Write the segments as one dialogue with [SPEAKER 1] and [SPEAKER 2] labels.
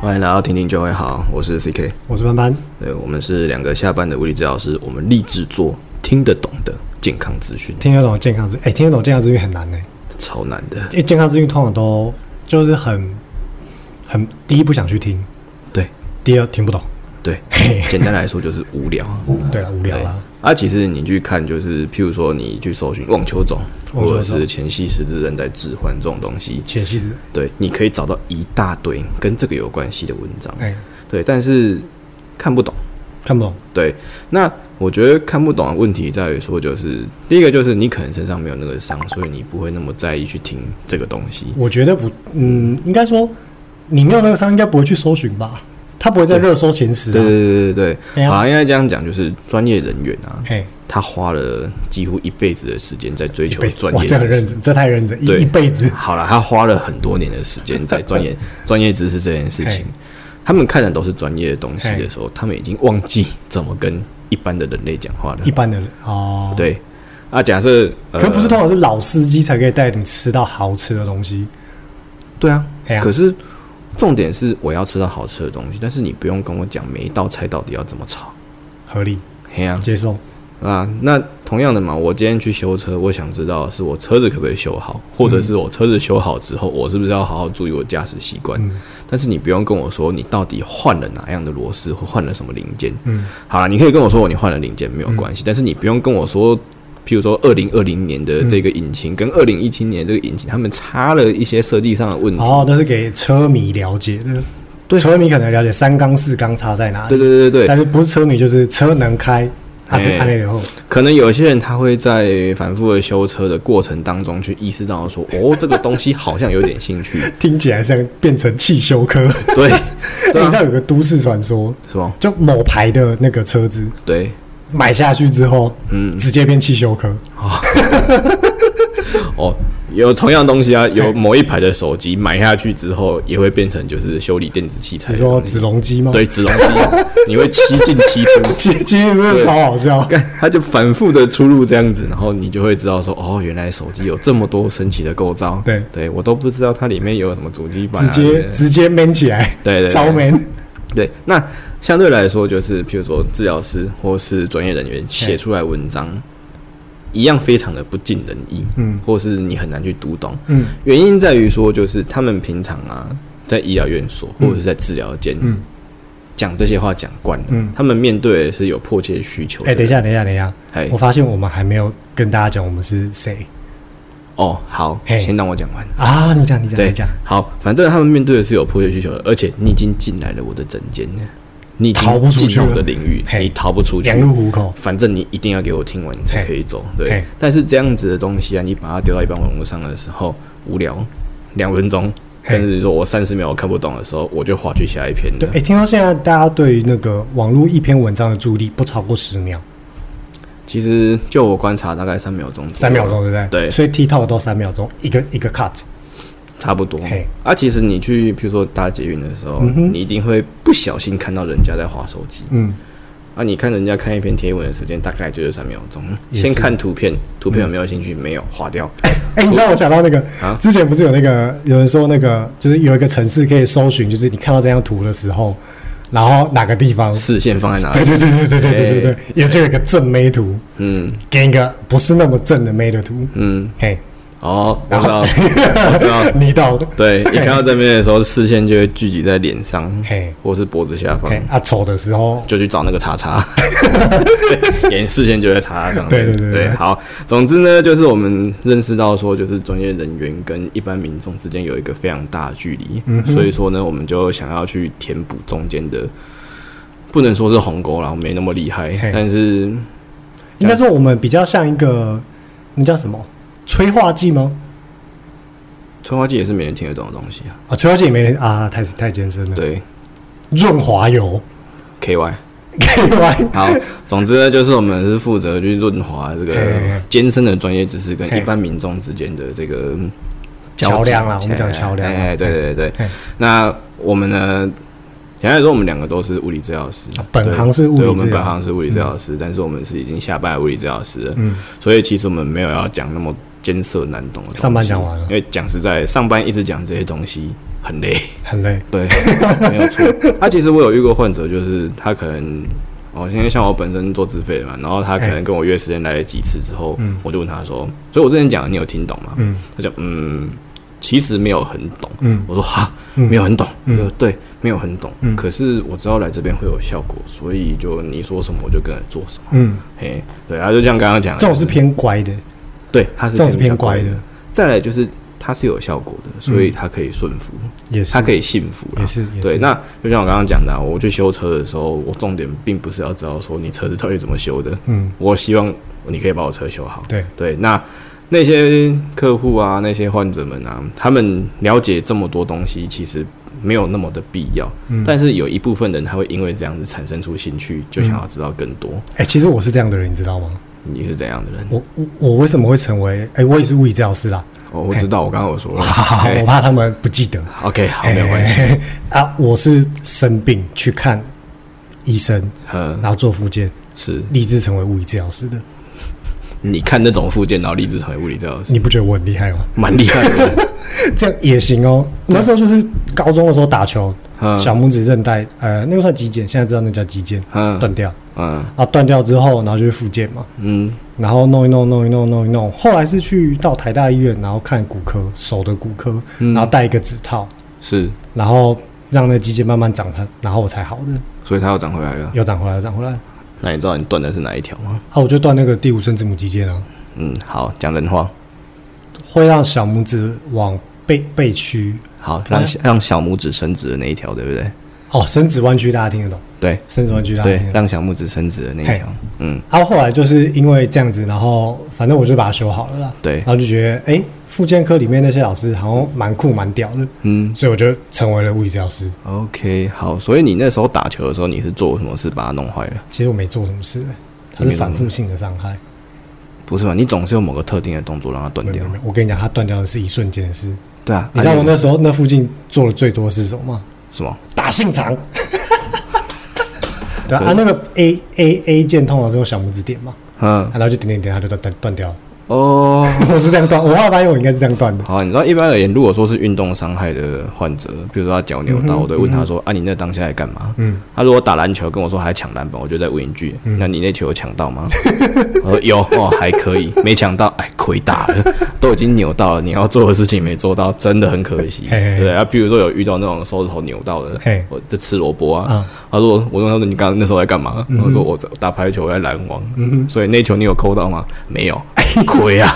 [SPEAKER 1] 欢迎来到听听就会好，我是 CK，
[SPEAKER 2] 我是班班，
[SPEAKER 1] 对我们是两个下班的物理治疗师，我们立志做听得懂的健康资讯，
[SPEAKER 2] 听得懂健康资讯，哎、听得懂健康资讯很难呢、
[SPEAKER 1] 超难的。
[SPEAKER 2] 因为健康资讯通常都就是很很第一不想去听，
[SPEAKER 1] 对
[SPEAKER 2] 第二听不懂，
[SPEAKER 1] 对，
[SPEAKER 2] 嘿，
[SPEAKER 1] 简单来说就是无聊。
[SPEAKER 2] 对了，无聊啦，
[SPEAKER 1] 啊，其实你去看，就是譬如说你去搜寻网球种，
[SPEAKER 2] 网球种
[SPEAKER 1] 或者是前戏十字韧带置换这种东西，
[SPEAKER 2] 且其实，
[SPEAKER 1] 对，你可以找到一大堆跟这个有关系的文章，
[SPEAKER 2] 哎、
[SPEAKER 1] 对，但是看不懂。
[SPEAKER 2] 看不懂，
[SPEAKER 1] 对，那我觉得看不懂的问题在于说，就是第一个就是你可能身上没有那个伤，所以你不会那么在意去听这个东西。
[SPEAKER 2] 我觉得不，嗯，应该说你没有那个伤，应该不会去搜寻吧？他不会在热搜前十、啊，
[SPEAKER 1] 对对对对
[SPEAKER 2] 哎
[SPEAKER 1] 对，
[SPEAKER 2] 呀
[SPEAKER 1] 好，应该这样讲，就是专业人员啊，
[SPEAKER 2] 嘿，
[SPEAKER 1] 他花了几乎一辈子的时间在追求
[SPEAKER 2] 被
[SPEAKER 1] 专
[SPEAKER 2] 哇，
[SPEAKER 1] 业
[SPEAKER 2] 这很
[SPEAKER 1] 知
[SPEAKER 2] 认
[SPEAKER 1] 识。
[SPEAKER 2] 真，这太认真，
[SPEAKER 1] 对嗯
[SPEAKER 2] 一一辈子，
[SPEAKER 1] 好了，他花了很多年的时间在钻研专业知识这件事情
[SPEAKER 2] 嘿。
[SPEAKER 1] 他们看的都是专业的东西
[SPEAKER 2] 嘿
[SPEAKER 1] 的时候，他们已经忘记怎么跟一般的人类讲话了
[SPEAKER 2] 一。般的人哦，，
[SPEAKER 1] 对，啊，假设呃
[SPEAKER 2] 可不是通常是老司机才可以带你吃到好吃的东西，
[SPEAKER 1] 对啊
[SPEAKER 2] 哎，呀
[SPEAKER 1] 可是重点是我要吃到好吃的东西，但是你不用跟我讲每一道菜到底要怎么炒。
[SPEAKER 2] 合理
[SPEAKER 1] 嘿呀、
[SPEAKER 2] 接受，
[SPEAKER 1] 啊，那同样的嘛，我今天去修车，我想知道的是我车子可不可以修好，或者是我车子修好之后，我是不是要好好注意我驾驶习惯？
[SPEAKER 2] 嗯
[SPEAKER 1] 但是你不用跟我说你到底换了哪样的螺丝或换了什么零件。
[SPEAKER 2] 嗯，
[SPEAKER 1] 好了，你可以跟我说你换了零件没有关系，但是你不用跟我说，譬如说二零二零年的这个引擎跟二零一七年这个引擎，他们差了一些设计上的问题。
[SPEAKER 2] 哦，那是给车迷了解的，
[SPEAKER 1] 对
[SPEAKER 2] 车迷可能了解三缸四缸差在哪里，
[SPEAKER 1] 对对对对对，
[SPEAKER 2] 但是不是车迷就是车能开，啊，
[SPEAKER 1] 哎
[SPEAKER 2] 这按了以后，
[SPEAKER 1] 可能有些人他会在反复的修车的过程当中去意识到说，哦，这个东西好像有点兴 趣，
[SPEAKER 2] 听起来像变成汽修科。
[SPEAKER 1] 对，对
[SPEAKER 2] 你知
[SPEAKER 1] 啊，
[SPEAKER 2] 道有个都市传说，
[SPEAKER 1] 是吗？
[SPEAKER 2] 就某牌的那个车子
[SPEAKER 1] 对，
[SPEAKER 2] 买下去之后，
[SPEAKER 1] 嗯，
[SPEAKER 2] 直接变汽修科，
[SPEAKER 1] 哦，有同样东西 啊，有某一排的手机买下去之后，也会变成就是修理电子器材
[SPEAKER 2] 你
[SPEAKER 1] 的
[SPEAKER 2] 说
[SPEAKER 1] 东西，
[SPEAKER 2] 子龙机吗？
[SPEAKER 1] 哎对，子龙机，你会七进七 出。
[SPEAKER 2] 其，其实真的超好笑。
[SPEAKER 1] 干，他就反复的出入这样子，然后你就会知道说，哦，原来手机有这么多神奇的构造。
[SPEAKER 2] 对
[SPEAKER 1] 对我都不知道它里面有什么主机板、
[SPEAKER 2] 直
[SPEAKER 1] 啊，
[SPEAKER 2] 接
[SPEAKER 1] 对
[SPEAKER 2] 直接 man 起来，
[SPEAKER 1] 对对对
[SPEAKER 2] 超 man，
[SPEAKER 1] 对，那相对来说，就是譬如说治疗师或是专业人员写出来文章，一样非常的不尽人意，
[SPEAKER 2] 嗯，
[SPEAKER 1] 或是你很难去读懂，
[SPEAKER 2] 嗯，
[SPEAKER 1] 原因在于说，就是他们平常啊，在医疗院所或者是在治疗间，
[SPEAKER 2] 嗯，
[SPEAKER 1] 讲这些话讲惯了，
[SPEAKER 2] 嗯
[SPEAKER 1] 他们面对的是有迫切需求，
[SPEAKER 2] 哎、等一，下，等一下，等一下
[SPEAKER 1] 哎，
[SPEAKER 2] 我发现我们还没有跟大家讲我们是谁
[SPEAKER 1] 哦，好，
[SPEAKER 2] 嘿
[SPEAKER 1] 先让我讲完。
[SPEAKER 2] 啊？你讲，你讲，
[SPEAKER 1] 对
[SPEAKER 2] 你讲，，
[SPEAKER 1] 好，反正他们面对的是有迫切需求的，而且你已经进来了我的诊间了，你已经
[SPEAKER 2] 逃不出
[SPEAKER 1] 进
[SPEAKER 2] 去
[SPEAKER 1] 入我
[SPEAKER 2] 了
[SPEAKER 1] 的领域，
[SPEAKER 2] 嘿
[SPEAKER 1] 你逃不出去，
[SPEAKER 2] 羊入虎口，
[SPEAKER 1] 反正你一定要给我听完，你才可以走。对
[SPEAKER 2] 嘿，
[SPEAKER 1] 但是这样子的东西啊，你把它丢到一般网络上的时候，无聊，两分钟，
[SPEAKER 2] 嘿
[SPEAKER 1] 甚至说我三十秒我看不懂的时候，我就划去下一篇
[SPEAKER 2] 对，
[SPEAKER 1] 了
[SPEAKER 2] 哎、。听到现在，大家对于那个网络一篇文章的注意力不超过十秒，
[SPEAKER 1] 其实就我观察，大概三秒钟，
[SPEAKER 2] 三秒钟，对不对？
[SPEAKER 1] 对
[SPEAKER 2] 所以 TikTok 都三秒钟，一个一个 cut，
[SPEAKER 1] 差不多
[SPEAKER 2] 嘿。
[SPEAKER 1] 啊，其实你去，譬如说搭捷运的时候，你一定会不小心看到人家在划手机。
[SPEAKER 2] 嗯，
[SPEAKER 1] 啊，你看人家看一篇贴文的时间大概就是三秒钟，
[SPEAKER 2] 也是嗯
[SPEAKER 1] 先看图片，图片有没有兴趣？没有，划掉。
[SPEAKER 2] 哎、你知道我想到那个、
[SPEAKER 1] 啊
[SPEAKER 2] 之前不是有那个有人说那个就是有一个城市可以搜寻，就是你看到这张图的时候，然后哪个地方？
[SPEAKER 1] 视线放在哪
[SPEAKER 2] 对
[SPEAKER 1] 里？
[SPEAKER 2] 对对对对对对对对，也就有一个正妹图，
[SPEAKER 1] 嗯
[SPEAKER 2] 给你一个不是那么正的妹的图，
[SPEAKER 1] 嗯，
[SPEAKER 2] 嘿，
[SPEAKER 1] 哦，我知 道，我知道。
[SPEAKER 2] 你懂的，
[SPEAKER 1] 对，一看到这边的时候，视线就会聚集在脸上
[SPEAKER 2] 嘿，
[SPEAKER 1] 或是脖子下方
[SPEAKER 2] 嘿，，啊，丑的时候，
[SPEAKER 1] 就去找那个叉 叉，对眼视线就在叉叉上面。
[SPEAKER 2] 对对对对
[SPEAKER 1] 好，总之呢，就是我们认识到说，就是专业人员跟一般民众之间有一个非常大的距离，
[SPEAKER 2] 嗯
[SPEAKER 1] 所以说呢，我们就想要去填补中间的，不能说是鸿沟啦，没那么厉害
[SPEAKER 2] 嘿，
[SPEAKER 1] 但是
[SPEAKER 2] 应该说我们比较像一个那叫什么催化剂吗？
[SPEAKER 1] 催化剂也是没人听得懂的东西啊。
[SPEAKER 2] 啊，催化剂也没人啊，太太艰深了。，
[SPEAKER 1] 对
[SPEAKER 2] 润滑油，
[SPEAKER 1] ，K Y。
[SPEAKER 2] 可以玩。
[SPEAKER 1] 好， 总之呢，就是我们是负责去润滑这个
[SPEAKER 2] 嘿
[SPEAKER 1] 艰深的专业知识跟
[SPEAKER 2] 嘿
[SPEAKER 1] 一般民众之间的这个
[SPEAKER 2] 桥梁啦
[SPEAKER 1] 交集
[SPEAKER 2] 我们讲桥梁啦啊
[SPEAKER 1] 哎，哎对对对
[SPEAKER 2] 嘿。
[SPEAKER 1] 那我们呢，简单来说，我们两个都是物理治疗师
[SPEAKER 2] 啊，本行是物理
[SPEAKER 1] 对对我们
[SPEAKER 2] 治疗
[SPEAKER 1] 本行是物理治疗师，但是我们是已经下班的物理治疗师了，
[SPEAKER 2] 嗯，
[SPEAKER 1] 所以其实我们没有要讲那么艰涩难懂的东西。
[SPEAKER 2] 上班讲完了
[SPEAKER 1] 因为讲实在，上班一直讲这些东西，很累。
[SPEAKER 2] 很累，
[SPEAKER 1] 对， 没有错。他、其实我有遇过患者，就是他可能，哦，现在像我本身做自费的嘛，然后他可能跟我约时间来了几次之后，
[SPEAKER 2] 哎嗯
[SPEAKER 1] 我就问他说，所以我之前讲的你有听懂吗？
[SPEAKER 2] 嗯
[SPEAKER 1] 他讲嗯，其实没有很懂。
[SPEAKER 2] 嗯
[SPEAKER 1] 我说哈，
[SPEAKER 2] 嗯
[SPEAKER 1] 没有很懂，
[SPEAKER 2] 嗯
[SPEAKER 1] 呃对，没有很懂。
[SPEAKER 2] 嗯
[SPEAKER 1] 可是我知道来这边会有效果，所以就你说什么我就跟着做什么。
[SPEAKER 2] 嗯，
[SPEAKER 1] 嘿，对，然后就像刚刚讲的，
[SPEAKER 2] 这种是偏乖的，
[SPEAKER 1] 对，他是
[SPEAKER 2] 这种是
[SPEAKER 1] 比较
[SPEAKER 2] 偏乖的，
[SPEAKER 1] 再来就是它是有效果的，所以它可以顺服，
[SPEAKER 2] 也是
[SPEAKER 1] 它可以信服啦
[SPEAKER 2] 也是也是
[SPEAKER 1] 对，那就像我刚刚讲的啊、我去修车的时候，我重点并不是要知道说你车子到底怎么修的，
[SPEAKER 2] 嗯，
[SPEAKER 1] 我希望你可以把我车修好。
[SPEAKER 2] 对，
[SPEAKER 1] 对，那那些客户啊，那些患者们啊，他们了解这么多东西，其实没有那么的必要。
[SPEAKER 2] 嗯
[SPEAKER 1] 但是有一部分人他会因为这样子产生出兴趣，就
[SPEAKER 2] 嗯
[SPEAKER 1] 想要知道更多。
[SPEAKER 2] 哎、其实我是这样的人，你知道吗？
[SPEAKER 1] 你是怎样的人？
[SPEAKER 2] 我我我为什么会成为？哎、我也是物理治疗师啦。
[SPEAKER 1] 哦，我知道，我刚刚有说了。
[SPEAKER 2] 好好好，
[SPEAKER 1] 哎
[SPEAKER 2] 我怕他们不记得。
[SPEAKER 1] OK，好，没有关系。
[SPEAKER 2] 哎啊，我是生病去看医生，
[SPEAKER 1] 嗯，
[SPEAKER 2] 然后做复健，
[SPEAKER 1] 是，
[SPEAKER 2] 立志成为物理治疗师的。
[SPEAKER 1] 你看那种附件，然后立志成为物理治疗师，
[SPEAKER 2] 你不觉得我很厉害吗？
[SPEAKER 1] 蛮厉害 的。
[SPEAKER 2] 这样也行哦。那时候就是高中的时候打球，
[SPEAKER 1] 嗯
[SPEAKER 2] 小拇指韧带，呃，那个算肌腱，现在知道那叫肌腱，
[SPEAKER 1] 嗯
[SPEAKER 2] 断掉
[SPEAKER 1] 嗯
[SPEAKER 2] 啊，断掉之后，然后就去复健嘛，
[SPEAKER 1] 嗯
[SPEAKER 2] 然后弄一弄，弄一弄，弄一弄。后来是去到台大医院，然后看骨科，手的骨科，
[SPEAKER 1] 嗯
[SPEAKER 2] 然后戴一个指套，
[SPEAKER 1] 是，
[SPEAKER 2] 然后让那肌腱慢慢长开，然后我才好的，
[SPEAKER 1] 所以它又长回来了。
[SPEAKER 2] 又长回来，又长回来。
[SPEAKER 1] 那你知道你断的是哪一条吗？
[SPEAKER 2] 啊，我就断那个第五生殖母肌腱啊，
[SPEAKER 1] 嗯，好，讲人话。
[SPEAKER 2] 会让小拇指往背背屈，
[SPEAKER 1] 好，让小让小拇指伸直的那一条，对不对？
[SPEAKER 2] 哦，伸直弯曲，大家听得懂？
[SPEAKER 1] 对
[SPEAKER 2] 伸直弯曲，大家听
[SPEAKER 1] 对，
[SPEAKER 2] 得懂。
[SPEAKER 1] 让小拇指伸直的那一条
[SPEAKER 2] 嘿。
[SPEAKER 1] 嗯，
[SPEAKER 2] 然后后来就是因为这样子，然后反正我就把它修好了啦。
[SPEAKER 1] 对
[SPEAKER 2] 然后就觉得，哎，复健科里面那些老师好像蛮酷蛮屌的，
[SPEAKER 1] 嗯
[SPEAKER 2] 所以我就成为了物理治疗师。
[SPEAKER 1] ，OK，好。所以你那时候打球的时候，你是做什么事把它弄坏了？
[SPEAKER 2] 其实我没做什么事、它
[SPEAKER 1] 你没
[SPEAKER 2] 是
[SPEAKER 1] 做
[SPEAKER 2] 反复性的伤害。
[SPEAKER 1] 不是吧？你总是有某个特定的动作让它断
[SPEAKER 2] 没有哎
[SPEAKER 1] 掉
[SPEAKER 2] 没有。没有，我跟你讲，它断掉的是一瞬间的事。
[SPEAKER 1] 对啊，
[SPEAKER 2] 你知道我那时候那附近做的最多的是什么吗？
[SPEAKER 1] 什么？
[SPEAKER 2] 大信 长。对
[SPEAKER 1] 对
[SPEAKER 2] 啊，啊那个 A A A 键通常是用小拇指点嘛，
[SPEAKER 1] 嗯
[SPEAKER 2] 啊，然后就点点点，它就断断断掉了。
[SPEAKER 1] 哦。
[SPEAKER 2] 我是这样断，我后来发现我应该是这样断的。
[SPEAKER 1] 好，你知道一般而言，如果说是运动伤害的患者，比如说他脚扭到，我都会问他说：“啊，你那当下在干嘛？”
[SPEAKER 2] 嗯，
[SPEAKER 1] 他如果打篮球跟我说还抢篮板，我就再问一句：“那你那球有抢到吗？” 我说：“有哦，还可以，没抢到，哎，亏大了，都已经扭到了，你要做的事情没做到，真的很可惜。”
[SPEAKER 2] 嘿嘿嗯嘿
[SPEAKER 1] 对啊，比如说有遇到那种手指头扭到的
[SPEAKER 2] 嘿，
[SPEAKER 1] 我在吃萝卜啊
[SPEAKER 2] 嗯，
[SPEAKER 1] 他说：“我问他说你刚刚那时候在干嘛？”我说：“我在打排球，我在拦网，
[SPEAKER 2] 嗯
[SPEAKER 1] 所以那球你有扣到吗？没有，亏啊，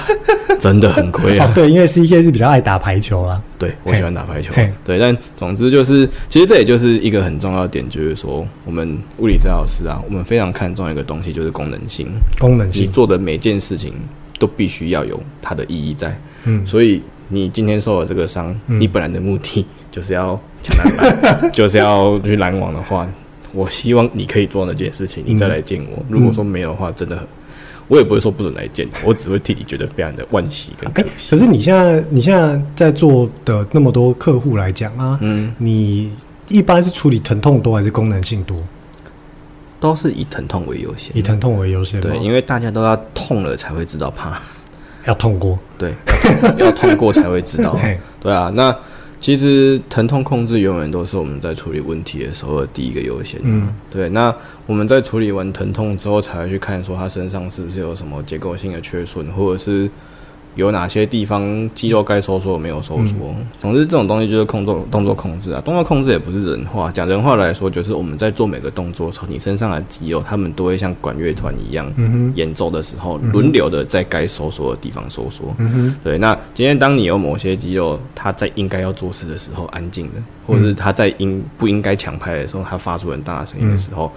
[SPEAKER 1] 真的很亏啊
[SPEAKER 2] 哦，。”对，因为 C K 是比较爱打排球啦。
[SPEAKER 1] 对，我喜欢打排球
[SPEAKER 2] 嘿。
[SPEAKER 1] 对，但总之就是，其实这也就是一个很重要的点，就是说，我们物理治疗师啊，我们非常看重一个东西，就是功能性。
[SPEAKER 2] 功能
[SPEAKER 1] 你
[SPEAKER 2] 性，
[SPEAKER 1] 做的每件事情都必须要有它的意义在。
[SPEAKER 2] 嗯，
[SPEAKER 1] 所以你今天受了这个伤，你本来的目的就是要抢篮板， 就是要去拦网的话，我希望你可以做那件事情，你再来见我。如果说没有的话，真的很。我也不会说不准来见，我只会替你觉得非常的惋惜跟可
[SPEAKER 2] 哎、
[SPEAKER 1] 惜。
[SPEAKER 2] 可是你现在你现在在做的那么多客户来讲啊，
[SPEAKER 1] 嗯，
[SPEAKER 2] 你一般是处理疼痛多还是功能性多？
[SPEAKER 1] 嗯都是以疼痛为优先
[SPEAKER 2] 以。疼痛为优先吗？
[SPEAKER 1] 对，因为大家都要痛了才会知道 怕，
[SPEAKER 2] 要痛过，
[SPEAKER 1] 对，要痛过才会知道
[SPEAKER 2] 嘿，
[SPEAKER 1] 对啊。那其实疼痛控制永远都是我们在处理问题的时候的第一个优先、
[SPEAKER 2] 嗯，
[SPEAKER 1] 对，那我们在处理完疼痛之后，才会去看说他身上是不是有什么结构性的缺损，或者是有哪些地方肌肉该收缩没有收缩。
[SPEAKER 2] 嗯
[SPEAKER 1] 总之，这种东西就是控制动作控制啊，动作控制也不是人话。讲人话来说，就是我们在做每个动作的时候，你身上的肌肉，他们都会像管乐团一样，
[SPEAKER 2] 嗯
[SPEAKER 1] 演奏的时候轮流的在该收缩的地方收缩。
[SPEAKER 2] 嗯
[SPEAKER 1] 对，那今天当你有某些肌肉，它在应该要做事的时候安静
[SPEAKER 2] 嗯
[SPEAKER 1] 了，或者是它在应不应该强拍的时候，它发出很大的声音的时候，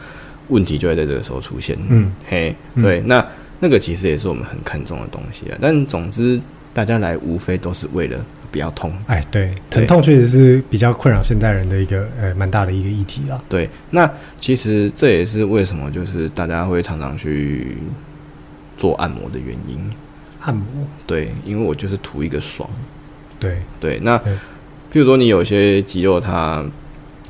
[SPEAKER 1] 问题就会在这个时候出现。
[SPEAKER 2] 嗯，
[SPEAKER 1] 嘿，对，那那个其实也是我们很看重的东西啊。但总之，大家来无非都是为了不要痛。
[SPEAKER 2] 哎，对，疼痛确实是比较困扰现代人的一个呃蛮大的一个议题啦。
[SPEAKER 1] 对，那其实这也是为什么就是大家会常常去做按摩的原因。
[SPEAKER 2] 按摩，
[SPEAKER 1] 对，因为我就是图一个爽。
[SPEAKER 2] 对，
[SPEAKER 1] 对，那
[SPEAKER 2] 对
[SPEAKER 1] 譬如说你有些肌肉它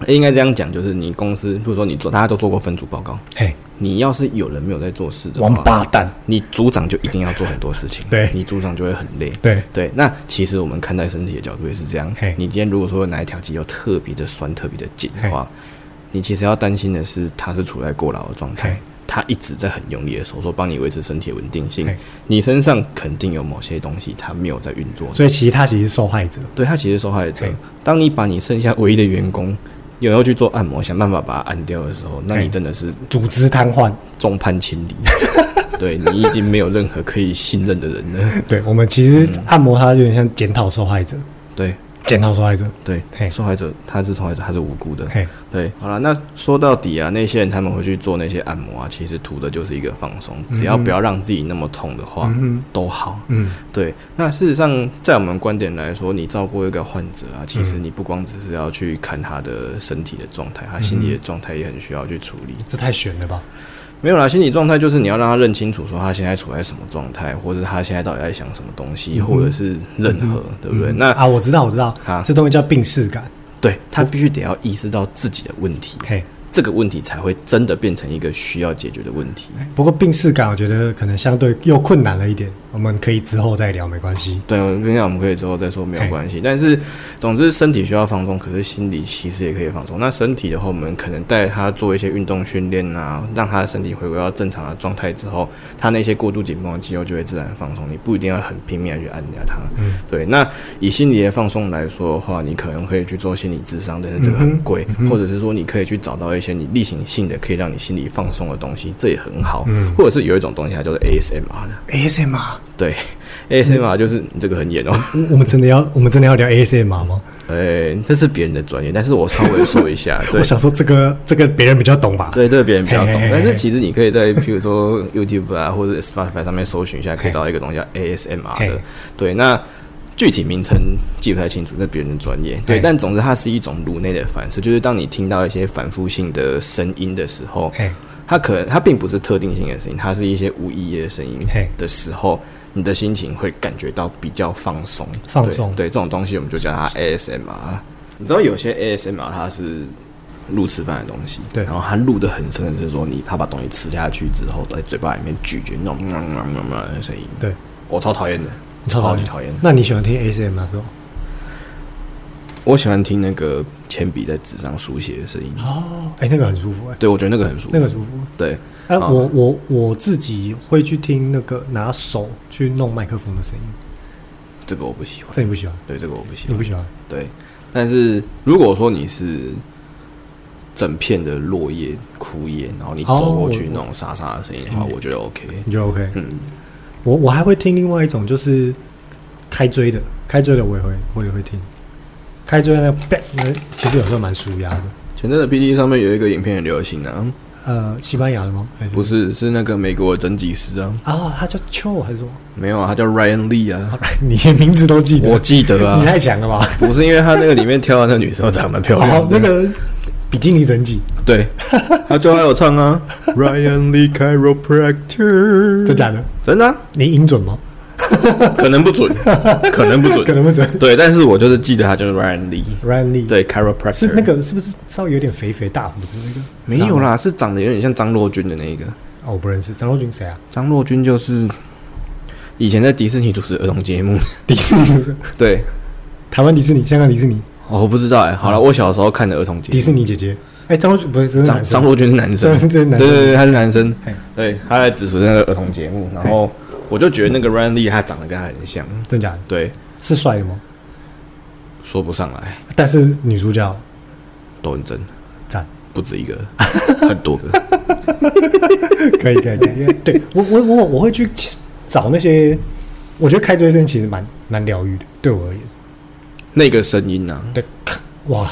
[SPEAKER 1] 应该这样讲，就是你公司，比如说你做，大家都做过分组报告，
[SPEAKER 2] 嘿，
[SPEAKER 1] 你要是有人没有在做事的
[SPEAKER 2] 王
[SPEAKER 1] 话，
[SPEAKER 2] 八蛋，
[SPEAKER 1] 你组长就一定要做很多事情，
[SPEAKER 2] 对
[SPEAKER 1] 你组长就会很累。
[SPEAKER 2] 对，
[SPEAKER 1] 对，那其实我们看待身体的角度也是这样
[SPEAKER 2] 嘿。
[SPEAKER 1] 你今天如果说哪一条肌肉特别的酸、特别的紧的话，你其实要担心的是，它是处在过劳的状态
[SPEAKER 2] 嘿，
[SPEAKER 1] 它一直在很用力的收缩，帮你维持身体的稳定性
[SPEAKER 2] 嘿。
[SPEAKER 1] 你身上肯定有某些东西它没有在运作，
[SPEAKER 2] 所以其实他其实是受害者，
[SPEAKER 1] 对，它其实是受害者
[SPEAKER 2] 嘿。
[SPEAKER 1] 当你把你剩下唯一的员工有要去做按摩，想办法把它按掉的时候，那
[SPEAKER 2] 嘿
[SPEAKER 1] 你真的是
[SPEAKER 2] 组织瘫痪。
[SPEAKER 1] 众叛亲离。对你已经没有任何可以信任的人 了。
[SPEAKER 2] 对我们其
[SPEAKER 1] 嗯
[SPEAKER 2] 实按摩它有点像检讨受害者，
[SPEAKER 1] 对
[SPEAKER 2] 检讨受害者，
[SPEAKER 1] 对
[SPEAKER 2] 嘿，
[SPEAKER 1] 受害者他是受害者，他是无辜的。
[SPEAKER 2] 嘿，
[SPEAKER 1] 对，好了，那说到底啊，那些人他们会去做那些按摩啊，其实图的就是一个放松，只要不要让自己那么痛的话，
[SPEAKER 2] 嗯
[SPEAKER 1] 都好。
[SPEAKER 2] 嗯，
[SPEAKER 1] 对，那事实上，在我们观点来说，你照顾一个患者啊，其实你不光只是要去看他的身体的状态，他心理的状态也很需要去处理。
[SPEAKER 2] 这太悬了吧？
[SPEAKER 1] 没有啦，心理状态就是你要让他认清楚，说他现在处在什么状态，或者他现在到底在想什么东西，或者是任何，对不对？那
[SPEAKER 2] 啊，我知道，我知道
[SPEAKER 1] 啊，
[SPEAKER 2] 这东西叫病视感，
[SPEAKER 1] 对他必须得要意识到自己的问题，
[SPEAKER 2] 嘿。
[SPEAKER 1] 这个问题才会真的变成一个需要解决的问题。
[SPEAKER 2] 不过病视感，我觉得可能相对又困难了一点，我们可以之后再聊，没关系。
[SPEAKER 1] 对，我跟你讲，我们可以之后再说，没有
[SPEAKER 2] 嘿
[SPEAKER 1] 关系。但是，总之身体需要放松，可是心理其实也可以放松。那身体的话，我们可能带他做一些运动训练啊，让他的身体回归到正常的状态之后，他那些过度紧绷的肌肉就会自然放松。你不一定要很拼命的去按压它。
[SPEAKER 2] 嗯
[SPEAKER 1] 对，那以心理的放松来说的话，你可能可以去做心理智商，但是这
[SPEAKER 2] 嗯
[SPEAKER 1] 个很贵，或者是说你可以去找到一些你例行性的可以让你心理放松的东西，这也很好。
[SPEAKER 2] 嗯
[SPEAKER 1] 或者是有一种东西它叫做 ASMR 的。
[SPEAKER 2] ASMR，
[SPEAKER 1] 对，ASMR 就是你这个很严哦、
[SPEAKER 2] 我我们真的要我们真的要聊 ASMR 吗？
[SPEAKER 1] 哎、这是别人的专业，但是我稍微说一 下，对
[SPEAKER 2] 我，想说这个这个别人比较懂吧？
[SPEAKER 1] 对，这个别人比较懂
[SPEAKER 2] 嘿嘿嘿。
[SPEAKER 1] 但是其实你可以在譬如说 YouTube 啊，或者 Spotify 上面搜寻一下，可以找到一个东西叫 ASMR
[SPEAKER 2] 嘿
[SPEAKER 1] 的。对，那具体名称记不太清楚，那别人的专业。对，
[SPEAKER 2] 嘿
[SPEAKER 1] 但总之它是一种颅内的反射，就是当你听到一些反复性的声音的时候，
[SPEAKER 2] 嘿，
[SPEAKER 1] 它可能它并不是特定性的声音，它是一些无意义的声音
[SPEAKER 2] 嘿
[SPEAKER 1] 的时候，你的心情会感觉到比较放松。
[SPEAKER 2] 放松
[SPEAKER 1] 对对这种东西我们就叫它 ASMR。你知道有些 ASMR 它是录吃饭的东西，
[SPEAKER 2] 对
[SPEAKER 1] 然后它录的很深，就是说你他把东西吃下去之后，在嘴巴里面咀嚼那种嗯嗯嗯嗯嗯的声音，
[SPEAKER 2] 对，
[SPEAKER 1] 我超讨厌的，
[SPEAKER 2] 你超讨
[SPEAKER 1] 级
[SPEAKER 2] 厌
[SPEAKER 1] 讨厌。
[SPEAKER 2] 那你喜欢听 ASMR 是吗？
[SPEAKER 1] 我喜欢听那个铅笔在纸上书写的声音，
[SPEAKER 2] 哦，哎，那个很舒服，哎，
[SPEAKER 1] 对我觉得那个很舒服，
[SPEAKER 2] 那个舒服。
[SPEAKER 1] 对。
[SPEAKER 2] 哎、
[SPEAKER 1] 啊
[SPEAKER 2] 我我我自己会去听那个拿手去弄麦克风的声音，
[SPEAKER 1] 这个我不喜欢，
[SPEAKER 2] 这你不喜欢？
[SPEAKER 1] 对这个我不喜
[SPEAKER 2] 你
[SPEAKER 1] 欢
[SPEAKER 2] 不。喜欢？
[SPEAKER 1] 对，但是如果说你是整片的落叶、枯叶，然后你走过去
[SPEAKER 2] 哦我嗯
[SPEAKER 1] 那种沙沙的声音的话，我觉得 OK。
[SPEAKER 2] 你觉得 OK？、
[SPEAKER 1] 嗯，
[SPEAKER 2] 我我还会听另外一种，就是开追的，开追的我也会我也会听，开追的那个 bang，那其实有时候蛮舒压的。
[SPEAKER 1] 前阵的 B D 上面有一个影片很流行啊，
[SPEAKER 2] 呃，西班牙的吗？还是
[SPEAKER 1] 不是是那个美国的整脊师啊，
[SPEAKER 2] 啊？他叫秋还是什么？
[SPEAKER 1] 没有啊，他叫 Ryan Lee 啊，
[SPEAKER 2] 你连名字都记得？
[SPEAKER 1] 我记得啊
[SPEAKER 2] 你，太强了吧？
[SPEAKER 1] 不是因为他那个里面挑的那女生长得蛮漂
[SPEAKER 2] 哦
[SPEAKER 1] 亮，
[SPEAKER 2] 那
[SPEAKER 1] 的，
[SPEAKER 2] 个比基尼整脊，
[SPEAKER 1] 对，他最后还有唱啊，Ryan Lee Chiropractor，
[SPEAKER 2] 真假的？
[SPEAKER 1] 真的啊、
[SPEAKER 2] 你音准吗？
[SPEAKER 1] 可能不准，可能不准，
[SPEAKER 2] 可能不准。
[SPEAKER 1] 对，但是我就是记得他就是 Ryan Lee。
[SPEAKER 2] Ryan Lee
[SPEAKER 1] 对，chiropractor
[SPEAKER 2] 是那个是不是稍微有点肥肥大胡子那个？
[SPEAKER 1] 没有啦，是长得有点像张若昀的那一个。
[SPEAKER 2] 哦，我不认识张若昀谁啊？
[SPEAKER 1] 张若昀就是以前在迪士尼主持儿童节目。
[SPEAKER 2] 迪士尼 是不是？
[SPEAKER 1] 对，
[SPEAKER 2] 台湾迪士尼，香港迪士尼，
[SPEAKER 1] 哦我不知道哎、好了，我小时候看的儿童节目。
[SPEAKER 2] 迪士尼姐姐。哎、张若昀不是，这是
[SPEAKER 1] 张
[SPEAKER 2] 男
[SPEAKER 1] 张
[SPEAKER 2] 生。
[SPEAKER 1] 若昀是男生，
[SPEAKER 2] 张若昀是男生
[SPEAKER 1] 对对对，他是男生
[SPEAKER 2] 嘿。
[SPEAKER 1] 对，他在主持那个儿童节目，然后我就觉得那个 Ryan Lee 他长得跟他很像。
[SPEAKER 2] 真假的？
[SPEAKER 1] 对，
[SPEAKER 2] 是帅的吗？
[SPEAKER 1] 说不上来，
[SPEAKER 2] 但是女主角
[SPEAKER 1] 都很真，
[SPEAKER 2] 赞，
[SPEAKER 1] 不止一个，很多 个。
[SPEAKER 2] 可以可以可以。对我我我我会去找那些，我觉得开追声其实蛮蛮疗愈的，对我而言。
[SPEAKER 1] 那个声音呢、啊？
[SPEAKER 2] 对，哇，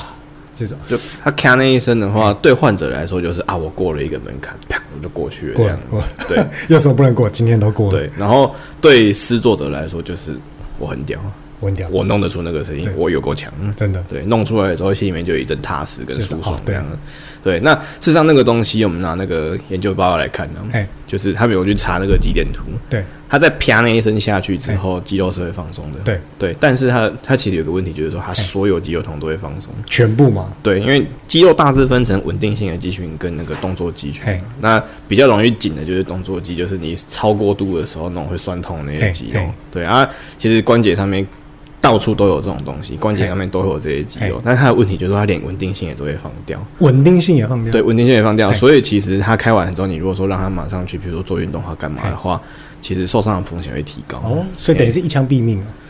[SPEAKER 2] 这种
[SPEAKER 1] 就他咔那一声的话，对患者来说就是啊，我过了一个门槛，啪，我就过去了这
[SPEAKER 2] 过了
[SPEAKER 1] 样
[SPEAKER 2] 过了
[SPEAKER 1] 子。对，
[SPEAKER 2] 有什么不能过？今天都过了，
[SPEAKER 1] 对，然后对施作者来说，就是我很屌，
[SPEAKER 2] 我很屌，
[SPEAKER 1] 我弄得出那个声音
[SPEAKER 2] 对，
[SPEAKER 1] 我有够强。
[SPEAKER 2] 真的
[SPEAKER 1] 对，弄出来之后，心里面就有一阵踏实跟
[SPEAKER 2] 就是
[SPEAKER 1] 舒爽
[SPEAKER 2] 哦
[SPEAKER 1] 这
[SPEAKER 2] 对
[SPEAKER 1] 样。对，那事实上那个东西，我们拿那个研究报告来看呢、啊
[SPEAKER 2] 嘿
[SPEAKER 1] 就是他们有去查那个肌电图，
[SPEAKER 2] 对，
[SPEAKER 1] 他在啪那一声下去之后，肌肉是会放松的。
[SPEAKER 2] 对
[SPEAKER 1] 对，但是他他其实有个问题，就是说他所有肌肉痛都会放松。
[SPEAKER 2] 全部嘛，
[SPEAKER 1] 对，因为肌肉大致分成稳定性的肌群跟那个动作肌群
[SPEAKER 2] 嘿。
[SPEAKER 1] 那比较容易紧的就是动作肌，就是你超过度的时候那种会酸痛的那些
[SPEAKER 2] 嘿
[SPEAKER 1] 肌肉
[SPEAKER 2] 嘿。
[SPEAKER 1] 对啊，其实关节上面到处都有这种东西，关节上面都会有这些肌肉
[SPEAKER 2] 嘿。
[SPEAKER 1] 但它的问题就是说它连稳定性也都会放掉，
[SPEAKER 2] 稳定性也放掉。
[SPEAKER 1] 对，，稳定性也放掉。
[SPEAKER 2] 嘿
[SPEAKER 1] 所以其实它开完之后，你如果说让它马上去，比如说做运动或干嘛的话，其实受伤的风险会提高。
[SPEAKER 2] 哦，所以等于
[SPEAKER 1] 嘿
[SPEAKER 2] 是一枪毙命啊，
[SPEAKER 1] 嗯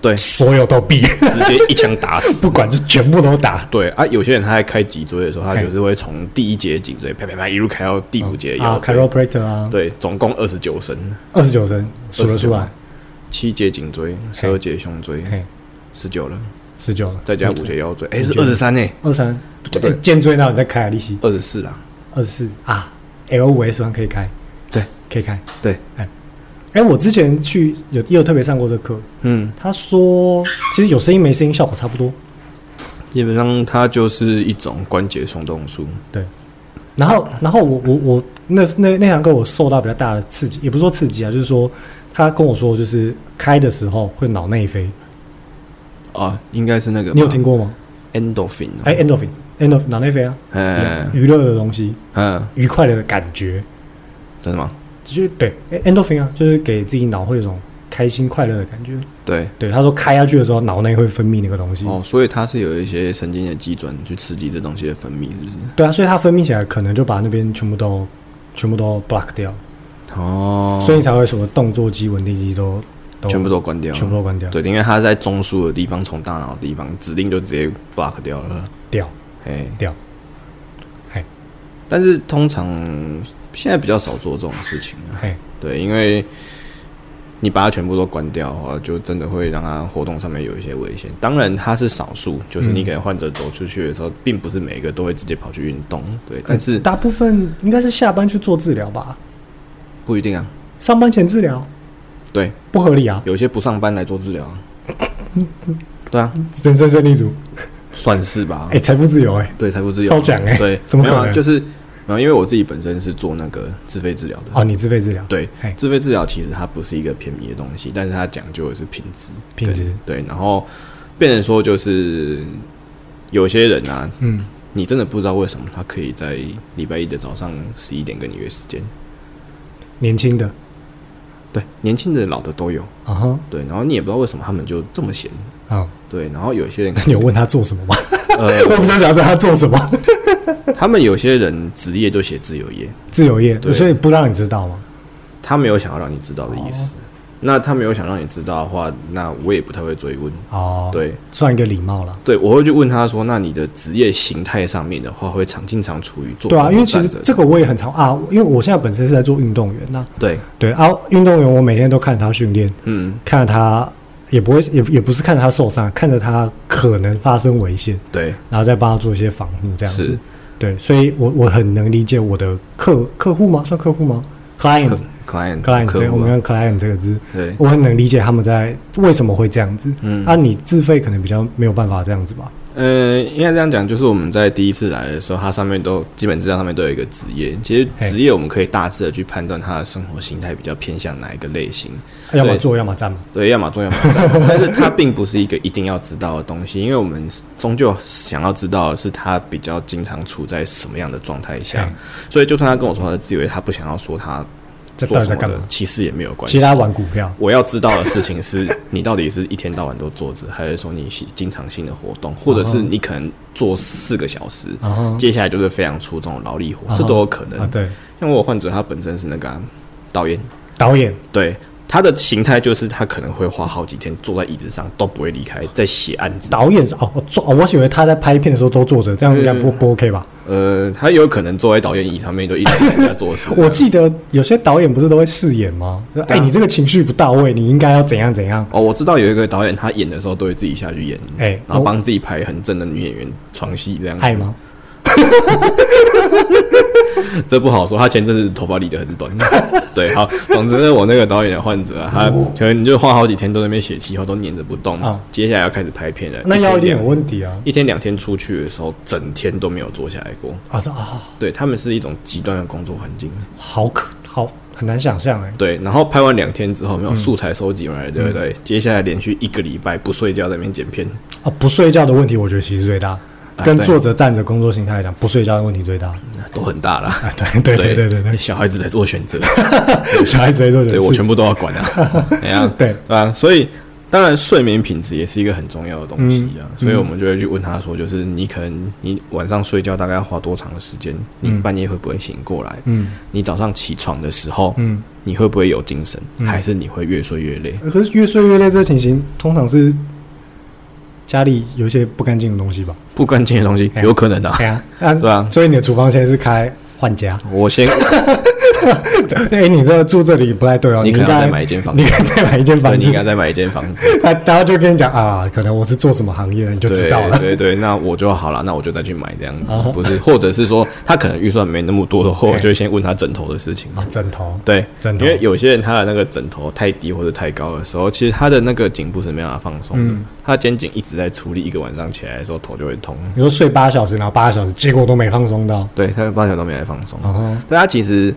[SPEAKER 1] 对，
[SPEAKER 2] 所有都毙，
[SPEAKER 1] 直接一枪打死。
[SPEAKER 2] 不管就全部都打。
[SPEAKER 1] 对啊，有些人他在开脊椎的时候，他
[SPEAKER 2] 嘿
[SPEAKER 1] 就是会从第一节颈椎啪啪啪一路开到第五节腰
[SPEAKER 2] 啊
[SPEAKER 1] 椎，
[SPEAKER 2] ，chiropractor 啊，
[SPEAKER 1] 对，总共二十九绳，
[SPEAKER 2] 二十九针数得出来，
[SPEAKER 1] 七节颈椎，十二节胸椎，
[SPEAKER 2] 嘿，
[SPEAKER 1] 十九了，
[SPEAKER 2] 十九了，
[SPEAKER 1] 再加五节腰椎，哎、是
[SPEAKER 2] 五节
[SPEAKER 1] 二十三呢，
[SPEAKER 2] 二三，哎
[SPEAKER 1] 对
[SPEAKER 2] 对，肩椎那我再开利息，
[SPEAKER 1] 二十四啦，
[SPEAKER 2] 二十四啊，L 五 S 1可以开，
[SPEAKER 1] 对，
[SPEAKER 2] 可以开。
[SPEAKER 1] 对，
[SPEAKER 2] 哎，我之前去有也有特别上过这课，
[SPEAKER 1] 嗯，
[SPEAKER 2] 他说其实有声音没声音效果差不多，
[SPEAKER 1] 基本上它就是一种关节松动术，
[SPEAKER 2] 对。然后，
[SPEAKER 1] 啊
[SPEAKER 2] 然后我我我那那那堂课我受到比较大的刺激，也不是说刺激啊，就是说他跟我说，就是开的时候会脑内啡，
[SPEAKER 1] 啊，应该是那个，
[SPEAKER 2] 你有听过吗？
[SPEAKER 1] endorphin？哦
[SPEAKER 2] 哎，endorphin，endorphin 脑内啡啊，
[SPEAKER 1] 哎，
[SPEAKER 2] 娱乐的东西，
[SPEAKER 1] 嗯，
[SPEAKER 2] 愉快的感觉，
[SPEAKER 1] 真的吗？
[SPEAKER 2] 就是对哎 endorphin 啊，就是给自己脑会有一种开心快乐的感觉。
[SPEAKER 1] 对，
[SPEAKER 2] 对，他说开下去的时候，脑内会分泌那个东西。
[SPEAKER 1] 哦，所以它是有一些神经的机转去刺激这东西的分泌，是不是？
[SPEAKER 2] 对啊，所以它分泌起来可能就把那边全部都全部都 block 掉，
[SPEAKER 1] 哦，
[SPEAKER 2] 所以你才会什么动作肌、稳定肌都都
[SPEAKER 1] 全部都关掉，
[SPEAKER 2] 全部都关掉，
[SPEAKER 1] 对，因为它在中枢的地方，从大脑的地方，指令就直接 block 掉了。
[SPEAKER 2] 掉
[SPEAKER 1] 哎，
[SPEAKER 2] 掉。嘿，
[SPEAKER 1] 但是通常现在比较少做这种事情啊。
[SPEAKER 2] 嘿，
[SPEAKER 1] 对，因为你把它全部都关掉的话，就真的会让它活动上面有一些危险。当然，它是少数，就是你可能患者走出去的时候，并不是每一个都会直接跑去运动。对，但是
[SPEAKER 2] 大部分应该是下班去做治疗吧，
[SPEAKER 1] 不一定啊。
[SPEAKER 2] 上班前治疗
[SPEAKER 1] 对，
[SPEAKER 2] 不合理啊，
[SPEAKER 1] 有些不上班来做治疗啊。对啊，
[SPEAKER 2] 人生胜利组，
[SPEAKER 1] 算是吧。
[SPEAKER 2] 哎、财富自由、哎，
[SPEAKER 1] 对，财富自由
[SPEAKER 2] 超强哎、
[SPEAKER 1] 对，
[SPEAKER 2] 怎么
[SPEAKER 1] 没
[SPEAKER 2] 可
[SPEAKER 1] 有啊
[SPEAKER 2] 能？
[SPEAKER 1] 就是没有，因为我自己本身是做那个自费治疗的。
[SPEAKER 2] 哦，你自费治疗，
[SPEAKER 1] 对
[SPEAKER 2] 嘿，
[SPEAKER 1] 自费治疗其实它不是一个便宜的东西，但是它讲究的是品质。
[SPEAKER 2] 品质
[SPEAKER 1] 对对，然后变成说就是有些人啊，
[SPEAKER 2] 嗯，
[SPEAKER 1] 你真的不知道为什么他可以在礼拜一的早上十一点跟你约时间。
[SPEAKER 2] 年轻的，
[SPEAKER 1] 对，年轻的、老的都有。
[SPEAKER 2] 啊哈，
[SPEAKER 1] 对，然后你也不知道为什么他们就这么闲。
[SPEAKER 2] 啊，
[SPEAKER 1] 对，然后有些人
[SPEAKER 2] 那 你有问他做什么吗？ 我
[SPEAKER 1] 呃，
[SPEAKER 2] 比较想知道他做什么，
[SPEAKER 1] 他们有些人职业就写自由业，
[SPEAKER 2] 自由业，
[SPEAKER 1] 对
[SPEAKER 2] 所以不让你知道吗？
[SPEAKER 1] 他没有想要让你知道的意思。那他没有想让你知道的话，那我也不太会追问。
[SPEAKER 2] 哦，，
[SPEAKER 1] 对
[SPEAKER 2] 算一个礼貌啦。
[SPEAKER 1] 对，我会去问他说：“那你的职业形态上面的话，会常经常处于做
[SPEAKER 2] 对啊，因为其
[SPEAKER 1] 站
[SPEAKER 2] 实
[SPEAKER 1] 着
[SPEAKER 2] 这个我也很常啊，因为我现在本身是在做运动员，那
[SPEAKER 1] 对，
[SPEAKER 2] 对啊，运动员我每天都看着他训练，
[SPEAKER 1] 嗯，
[SPEAKER 2] 看着他也不会也也不是看着他受伤，看着他可能发生危险，
[SPEAKER 1] 对，
[SPEAKER 2] 然后再帮他做一些防护这样子
[SPEAKER 1] 是。
[SPEAKER 2] 对，所以我我很能理解我的客客户吗？算客户吗
[SPEAKER 1] 客
[SPEAKER 2] ？client
[SPEAKER 1] client
[SPEAKER 2] 嗯 client，
[SPEAKER 1] 客
[SPEAKER 2] 对，我
[SPEAKER 1] 户
[SPEAKER 2] 们
[SPEAKER 1] 啊
[SPEAKER 2] 用 client 这个字，
[SPEAKER 1] 对
[SPEAKER 2] 我很能理解他们在为什么会这样子。
[SPEAKER 1] 嗯
[SPEAKER 2] 啊，你自费可能比较没有办法这样子吧？
[SPEAKER 1] 呃，应该这样讲，就是我们在第一次来的时候，它上面都基本资料上面都有一个职业。其
[SPEAKER 2] 嘿
[SPEAKER 1] 实职业我们可以大致的去判断他的生活形态比较偏向哪一个类型，
[SPEAKER 2] 要么
[SPEAKER 1] 对
[SPEAKER 2] 做，要么站嘛。
[SPEAKER 1] 对，要么重要嘛， 但是它并不是一个一定要知道的东西，因为我们终究想要知道的是他比较经常处在什么样的状态下
[SPEAKER 2] 嗯，
[SPEAKER 1] 所以就算他跟我说他自以为他不想要说他
[SPEAKER 2] 这
[SPEAKER 1] 做
[SPEAKER 2] 到底
[SPEAKER 1] 什
[SPEAKER 2] 在
[SPEAKER 1] 么
[SPEAKER 2] 干
[SPEAKER 1] 的
[SPEAKER 2] 嘛，？
[SPEAKER 1] 其实也没有关
[SPEAKER 2] 其
[SPEAKER 1] 系
[SPEAKER 2] 实。他玩股票。
[SPEAKER 1] 我要知道的事情是你到底是一天到晚都坐着，还是说你喜经常性的活动，或者是你可能坐四个小时，
[SPEAKER 2] 啊哈
[SPEAKER 1] 接下来就是非常出这种劳力活
[SPEAKER 2] 啊，哈
[SPEAKER 1] 这都有可能
[SPEAKER 2] 啊，。对，
[SPEAKER 1] 像我有患者他本身是那个啊导演，
[SPEAKER 2] 导演
[SPEAKER 1] 对，他的形态就是他可能会花好几天坐在椅子上都不会离开，在写案子。
[SPEAKER 2] 导演是哦，我做哦，我以为他在拍片的时候都坐着，这样应该不不 OK 吧？。
[SPEAKER 1] 呃，他有可能坐在导演椅上面就一直在人家做事
[SPEAKER 2] 我记得有些导演不是都会饰演吗？就哎、
[SPEAKER 1] 对啊
[SPEAKER 2] 你这个情绪不到位，你应该要怎样怎样。
[SPEAKER 1] 哦，我知道有一个导演，他演的时候都会自己下去演，
[SPEAKER 2] 哎
[SPEAKER 1] 然后
[SPEAKER 2] 我
[SPEAKER 1] 帮自己排很正的女演员床戏这样子。
[SPEAKER 2] 爱吗？
[SPEAKER 1] 这不好说，他前阵子头发理得很短。 对，好，总之呢，我那个导演的患者、啊，他
[SPEAKER 2] 哦
[SPEAKER 1] 可能就花好几天都在那边写气候，都粘着不动。
[SPEAKER 2] 啊
[SPEAKER 1] 接下来要开始拍片了，
[SPEAKER 2] 那腰一定
[SPEAKER 1] 天
[SPEAKER 2] 有
[SPEAKER 1] 两
[SPEAKER 2] 问题啊！
[SPEAKER 1] 一天两天出去的时候，整天都没有坐下来过。
[SPEAKER 2] 啊这啊，
[SPEAKER 1] 对他们是一种极端的工作环境，
[SPEAKER 2] 好可好很难想象哎、
[SPEAKER 1] 对，然后拍完两天之后，没有素材收集嘛，
[SPEAKER 2] 嗯
[SPEAKER 1] 对不对？接下来连续一个礼拜不睡觉在那边剪片，
[SPEAKER 2] 啊，不睡觉的问题，我觉得其实最大，
[SPEAKER 1] 啊
[SPEAKER 2] 跟
[SPEAKER 1] 对
[SPEAKER 2] 作者站着工作形态来讲，不睡觉的问题最大。
[SPEAKER 1] 都很大啦。
[SPEAKER 2] 啊，对对 对对对对，
[SPEAKER 1] 小孩子在做 选择，
[SPEAKER 2] 小孩子在做
[SPEAKER 1] 对
[SPEAKER 2] 人
[SPEAKER 1] 我
[SPEAKER 2] 事，
[SPEAKER 1] 全部都要管 啊，怎样？
[SPEAKER 2] 对
[SPEAKER 1] 对啊，所以当然睡眠品质也是一个很重要的东西啊，
[SPEAKER 2] 嗯
[SPEAKER 1] 所以我们就会去问他说，就是你可能你晚上睡觉大概要花多长的时间？你
[SPEAKER 2] 嗯
[SPEAKER 1] 半夜会不会醒过来？
[SPEAKER 2] 嗯
[SPEAKER 1] 你早上起床的时候，
[SPEAKER 2] 嗯。
[SPEAKER 1] 你会不会有精神？还是你会越睡越累？
[SPEAKER 2] 可是越睡越累这个情形，通常是家里有一些不干净的东西吧？
[SPEAKER 1] 不干净的东西
[SPEAKER 2] 哎呀
[SPEAKER 1] 有可能啊，
[SPEAKER 2] 对啊，啊
[SPEAKER 1] 对啊。
[SPEAKER 2] 所以你的厨房现在是开换家？
[SPEAKER 1] 我先，
[SPEAKER 2] 哎、你这住这里不太对哦，
[SPEAKER 1] 你可
[SPEAKER 2] 应
[SPEAKER 1] 能要
[SPEAKER 2] 该
[SPEAKER 1] 再买一间房
[SPEAKER 2] 你
[SPEAKER 1] 子
[SPEAKER 2] 应，该再买一间
[SPEAKER 1] 对，
[SPEAKER 2] 房
[SPEAKER 1] 你应
[SPEAKER 2] 子。
[SPEAKER 1] 该再买一间房子。
[SPEAKER 2] 他他就跟你讲啊，可能我是做什么行业的，你就知
[SPEAKER 1] 对
[SPEAKER 2] 道了。
[SPEAKER 1] 对对，那我就好了，那我就再去买这样子
[SPEAKER 2] 啊，
[SPEAKER 1] 不是，或者是说他可能预算没那么多的 话，
[SPEAKER 2] 哎
[SPEAKER 1] 我就会先问他枕头的事情。
[SPEAKER 2] 啊，枕头，
[SPEAKER 1] 对，
[SPEAKER 2] 枕头
[SPEAKER 1] 因为有些人他的那个枕头太低或者太高的时候，其实他的那个颈部是没办法放松的，
[SPEAKER 2] 嗯
[SPEAKER 1] 他肩颈一直在处理，一个晚上起来的时候头就会痛。
[SPEAKER 2] 你说睡八小时，然后八小时，结果都没放松到。
[SPEAKER 1] 对，他八小时都没来放松。
[SPEAKER 2] 然后
[SPEAKER 1] 但他其实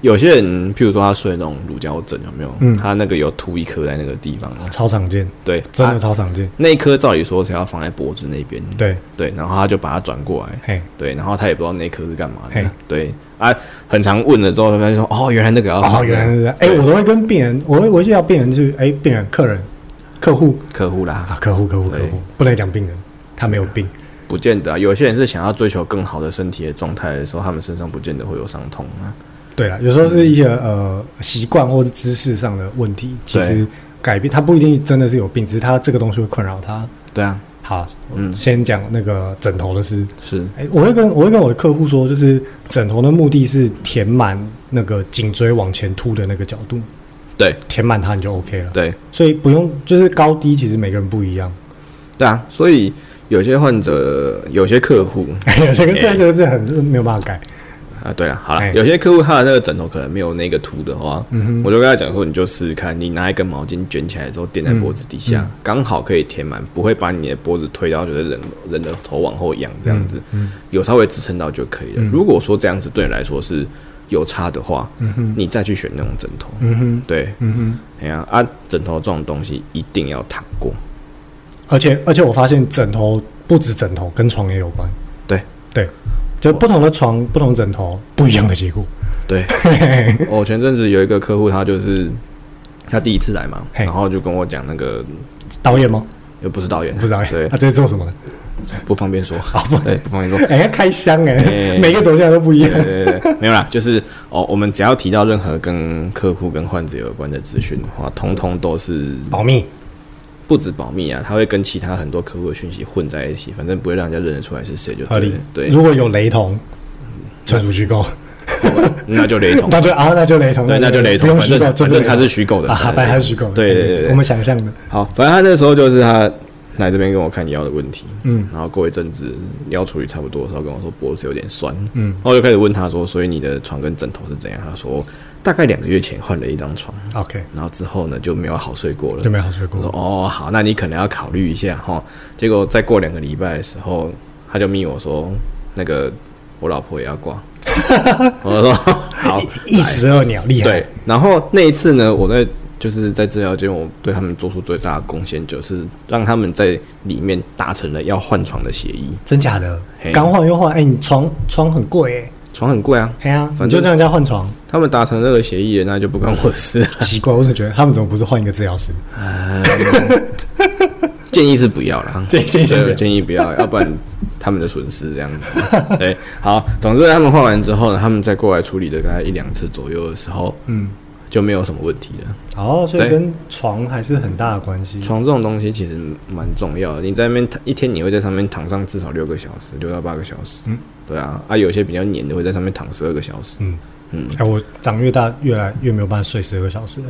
[SPEAKER 1] 有些人，譬如说他睡那种乳胶枕，有没有？
[SPEAKER 2] 嗯
[SPEAKER 1] 他那个有凸一颗在那个地方，
[SPEAKER 2] 超常见，
[SPEAKER 1] 对，
[SPEAKER 2] 真的
[SPEAKER 1] 他
[SPEAKER 2] 超常见。
[SPEAKER 1] 那一颗照理说是要放在脖子那边，
[SPEAKER 2] 对，
[SPEAKER 1] 对，然后他就把它转过来，
[SPEAKER 2] 嘿，
[SPEAKER 1] 对，然后他也不知道那一颗是干嘛
[SPEAKER 2] 嘿
[SPEAKER 1] 的，对啊，很常问了之后，他就说哦，原来那个要放
[SPEAKER 2] 哦，
[SPEAKER 1] 在
[SPEAKER 2] 原来是这样。哎、
[SPEAKER 1] 对
[SPEAKER 2] 我都会跟病人，我会我就要病人就是，哎、病人、客人、客户
[SPEAKER 1] 客户啦，
[SPEAKER 2] 啊，客户、客户、客
[SPEAKER 1] 对
[SPEAKER 2] 户，不能讲病人，他没有病。
[SPEAKER 1] 不见得、啊，有些人是想要追求更好的身体的状态的时候，他们身上不见得会有伤痛啊，
[SPEAKER 2] 对了，有时候是一些呃习惯或是知识上的问题，其实
[SPEAKER 1] 对
[SPEAKER 2] 改变他不一定真的是有病，只是他这个东西会困扰他。
[SPEAKER 1] 对啊，
[SPEAKER 2] 好，嗯，
[SPEAKER 1] 嗯
[SPEAKER 2] 先讲那个枕头的事。
[SPEAKER 1] 是，
[SPEAKER 2] 哎、我会跟我会跟我的客户说，就是枕头的目的是填满那个颈椎往前凸的那个角度，
[SPEAKER 1] 对
[SPEAKER 2] 填满它你就 OK 了。
[SPEAKER 1] 对
[SPEAKER 2] 所以不用就是高低，其实每个人不一样。
[SPEAKER 1] 对啊，所以有些患者，有些客户，
[SPEAKER 2] 有些个这
[SPEAKER 1] 哎
[SPEAKER 2] 这个是很没有办法改。
[SPEAKER 1] 啊，对了，好
[SPEAKER 2] 哎
[SPEAKER 1] 了，有些客户他的那个枕头可能没有那个凸的话，
[SPEAKER 2] 嗯哼
[SPEAKER 1] 我就跟他讲说，你就试试看，你拿一根毛巾卷起来之后垫在脖子底下，
[SPEAKER 2] 嗯
[SPEAKER 1] 刚、好可以填满，不会把你的脖子推到就是人人的头往后仰这样子，
[SPEAKER 2] 嗯
[SPEAKER 1] 有稍微支撑到就可以了。如果说这样子对你来说是有差的话，你再去选那种枕头，
[SPEAKER 2] 嗯哼，
[SPEAKER 1] 对，
[SPEAKER 2] 嗯哼。
[SPEAKER 1] 哎呀啊，枕头这种东西一定要躺过，
[SPEAKER 2] 而且而且我发现枕头不止枕头，跟床也有关。
[SPEAKER 1] 对
[SPEAKER 2] 对，就不同的床、不同枕头，不一样的结果。
[SPEAKER 1] 对。哦
[SPEAKER 2] 嘿嘿嘿
[SPEAKER 1] 我前阵子有一个客户，他就是他第一次来嘛，
[SPEAKER 2] 嘿
[SPEAKER 1] 然后就跟我讲那个。
[SPEAKER 2] 导演吗？
[SPEAKER 1] 又不是导演，
[SPEAKER 2] 不知道哎，
[SPEAKER 1] 对
[SPEAKER 2] 他、，这是做什么的？
[SPEAKER 1] 不方便说，对，不方便说。
[SPEAKER 2] 哎、要开箱哎、
[SPEAKER 1] 哎
[SPEAKER 2] 每个走向都不一样。
[SPEAKER 1] 对对对对，没有啦，就是哦，我们只要提到任何跟客户跟患者有关的资讯的话，通通都是
[SPEAKER 2] 保密，
[SPEAKER 1] 不止保密啊，它会跟其他很多客户的讯息混在一起，反正不会让人家认得出来是谁就
[SPEAKER 2] 合
[SPEAKER 1] 对
[SPEAKER 2] 理
[SPEAKER 1] 了。。对，
[SPEAKER 2] 如果有雷同，纯属虚构，
[SPEAKER 1] 那就雷同。
[SPEAKER 2] 那就 啊，那就雷同，
[SPEAKER 1] 对，那就雷
[SPEAKER 2] 不
[SPEAKER 1] 同，
[SPEAKER 2] 用
[SPEAKER 1] 反
[SPEAKER 2] 虚
[SPEAKER 1] 正
[SPEAKER 2] 构，就
[SPEAKER 1] 反正
[SPEAKER 2] 雷
[SPEAKER 1] 他
[SPEAKER 2] 同
[SPEAKER 1] 是虚构的
[SPEAKER 2] 啊，反正他是虚构的，
[SPEAKER 1] 对对对对
[SPEAKER 2] 我们想象的，
[SPEAKER 1] 好，反正他那时候就是他来这边跟我看腰的问题，
[SPEAKER 2] 嗯
[SPEAKER 1] 然后过一阵子腰处理差不多的时候，跟我说脖子有点酸，
[SPEAKER 2] 嗯
[SPEAKER 1] 然后我就开始问他说，所以你的床跟枕头是怎样？他说大概两个月前换了一张床，
[SPEAKER 2] ，OK，
[SPEAKER 1] 然后之后呢就没有好睡过了，
[SPEAKER 2] 就没有好水
[SPEAKER 1] 我说
[SPEAKER 2] 果，
[SPEAKER 1] 哦好，那你可能要考虑一下哈。结果再过两个礼拜的时候，他就密我说那个我老婆也要挂，我说好，
[SPEAKER 2] 一石二鸟，厉害，
[SPEAKER 1] 对，然后那一次呢，我在就是在治疗间，我对他们做出最大的贡献就是让他们在里面达成了要换床的协议。
[SPEAKER 2] 真假的，
[SPEAKER 1] 嘿
[SPEAKER 2] 刚换又换，哎、你床床很贵
[SPEAKER 1] 床很贵啊，
[SPEAKER 2] 哎、哎呀、
[SPEAKER 1] 反正
[SPEAKER 2] 你就让人家换床，
[SPEAKER 1] 他们达成这个协议了，那就不关我的事。
[SPEAKER 2] 奇怪，我总觉得他们怎么不是换一个治疗师？
[SPEAKER 1] 建议是不要啦，
[SPEAKER 2] 建议建议先不要
[SPEAKER 1] 对建议不要，要不然他们的损失这样 子。对，好，总之他们换完之后呢，他们再过来处理的大概一两次左右的时候，
[SPEAKER 2] 嗯，
[SPEAKER 1] 就没有什么问题了。
[SPEAKER 2] 哦，所以
[SPEAKER 1] 对
[SPEAKER 2] 跟床还是很大的关系。
[SPEAKER 1] 床这种东西其实蛮重要的，你在那边躺一天，你会在上面躺上至少六个小时，六到八个小时。
[SPEAKER 2] 嗯
[SPEAKER 1] 对啊，啊，有些比较黏的会在上面躺十二个小时，
[SPEAKER 2] 嗯，
[SPEAKER 1] 嗯，
[SPEAKER 2] 哎、我长越大越来越没有办法睡十二个小时 了，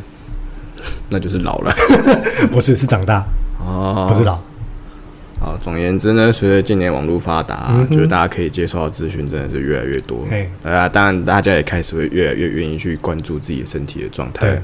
[SPEAKER 1] 那就是老了。
[SPEAKER 2] 不是是长大，
[SPEAKER 1] 哦
[SPEAKER 2] 不是。老。
[SPEAKER 1] 好，总而言之呢，随着近年网络发达、
[SPEAKER 2] 嗯哼
[SPEAKER 1] 就是大家可以接受到资讯真的是越来越多
[SPEAKER 2] 嘿。
[SPEAKER 1] 对啊，当然大家也开始会越来越愿意去关注自己的身体的状态
[SPEAKER 2] 对。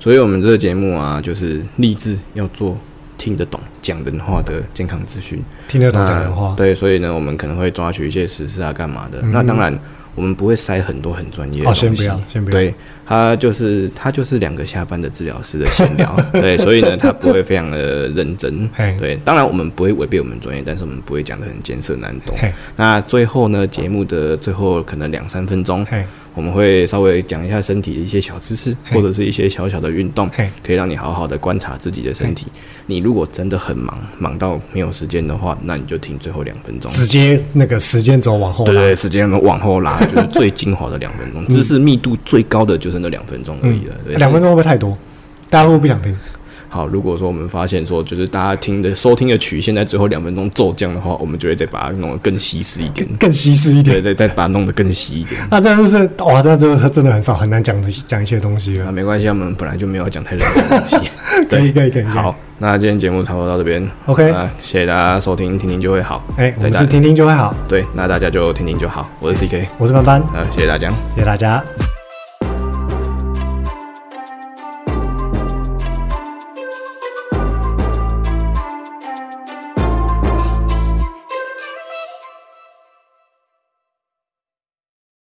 [SPEAKER 1] 所以我们这个节目啊，就是立志要做听得懂、讲人话的健康资讯。
[SPEAKER 2] 听得懂
[SPEAKER 1] 那
[SPEAKER 2] 讲人话，
[SPEAKER 1] 啊
[SPEAKER 2] 嗯
[SPEAKER 1] 对，所以呢，我们可能会抓取一些时事啊，干嘛的。那当然，我们不会塞很多很专业的
[SPEAKER 2] 哦，
[SPEAKER 1] 东西。
[SPEAKER 2] 先不要，先不要。
[SPEAKER 1] 对他就是他就是两个下班的治疗师的闲 聊，对，所以呢，他不会非常的认真
[SPEAKER 2] 嘿。
[SPEAKER 1] 对，当然我们不会违背我们专业，但是我们不会讲的很艰涩难懂
[SPEAKER 2] 嘿。
[SPEAKER 1] 那最后呢，节目的最后可能两三分钟，
[SPEAKER 2] 嘿，
[SPEAKER 1] 我们会稍微讲一下身体的一些小知识，
[SPEAKER 2] 嘿
[SPEAKER 1] 或者是一些小小的运动
[SPEAKER 2] 嘿，
[SPEAKER 1] 可以让你好好的观察自己的身体。你如果真的很忙，忙到没有时间的话，那你就听最后两分钟。
[SPEAKER 2] 直接那个时间轴往后
[SPEAKER 1] 对
[SPEAKER 2] 拉。
[SPEAKER 1] 对，时间往后拉， 就是最精华的两分
[SPEAKER 2] 嗯
[SPEAKER 1] 钟，知识密度最高的就是那两分钟而已了。对，
[SPEAKER 2] 两分
[SPEAKER 1] 钟。
[SPEAKER 2] 钟会不会太多？大家会不会不想听？
[SPEAKER 1] 好，如果说我们发现说，就是大家听的收听的曲线在最后两分钟骤降的话，我们就会再把它弄得更稀释一点，
[SPEAKER 2] 更稀释一点。啊
[SPEAKER 1] 对，再再把它弄得更稀一点。
[SPEAKER 2] 那这样就是哇，这这真的很少，很难讲的讲一些东西
[SPEAKER 1] 啊，
[SPEAKER 2] 了。
[SPEAKER 1] 没关系，我们本来就没有讲太认真的东西。
[SPEAKER 2] 可以可以可以。可以
[SPEAKER 1] 好，，那今天节目差不多到这边
[SPEAKER 2] OK
[SPEAKER 1] 那谢谢大家收听，听听就会好。
[SPEAKER 2] 哎，我
[SPEAKER 1] 对
[SPEAKER 2] 们
[SPEAKER 1] 大
[SPEAKER 2] 是听听就会好。
[SPEAKER 1] 对，那大家就听听就好。我是 CK，
[SPEAKER 2] 我是班班，
[SPEAKER 1] 那谢谢大家。
[SPEAKER 2] 谢谢大家。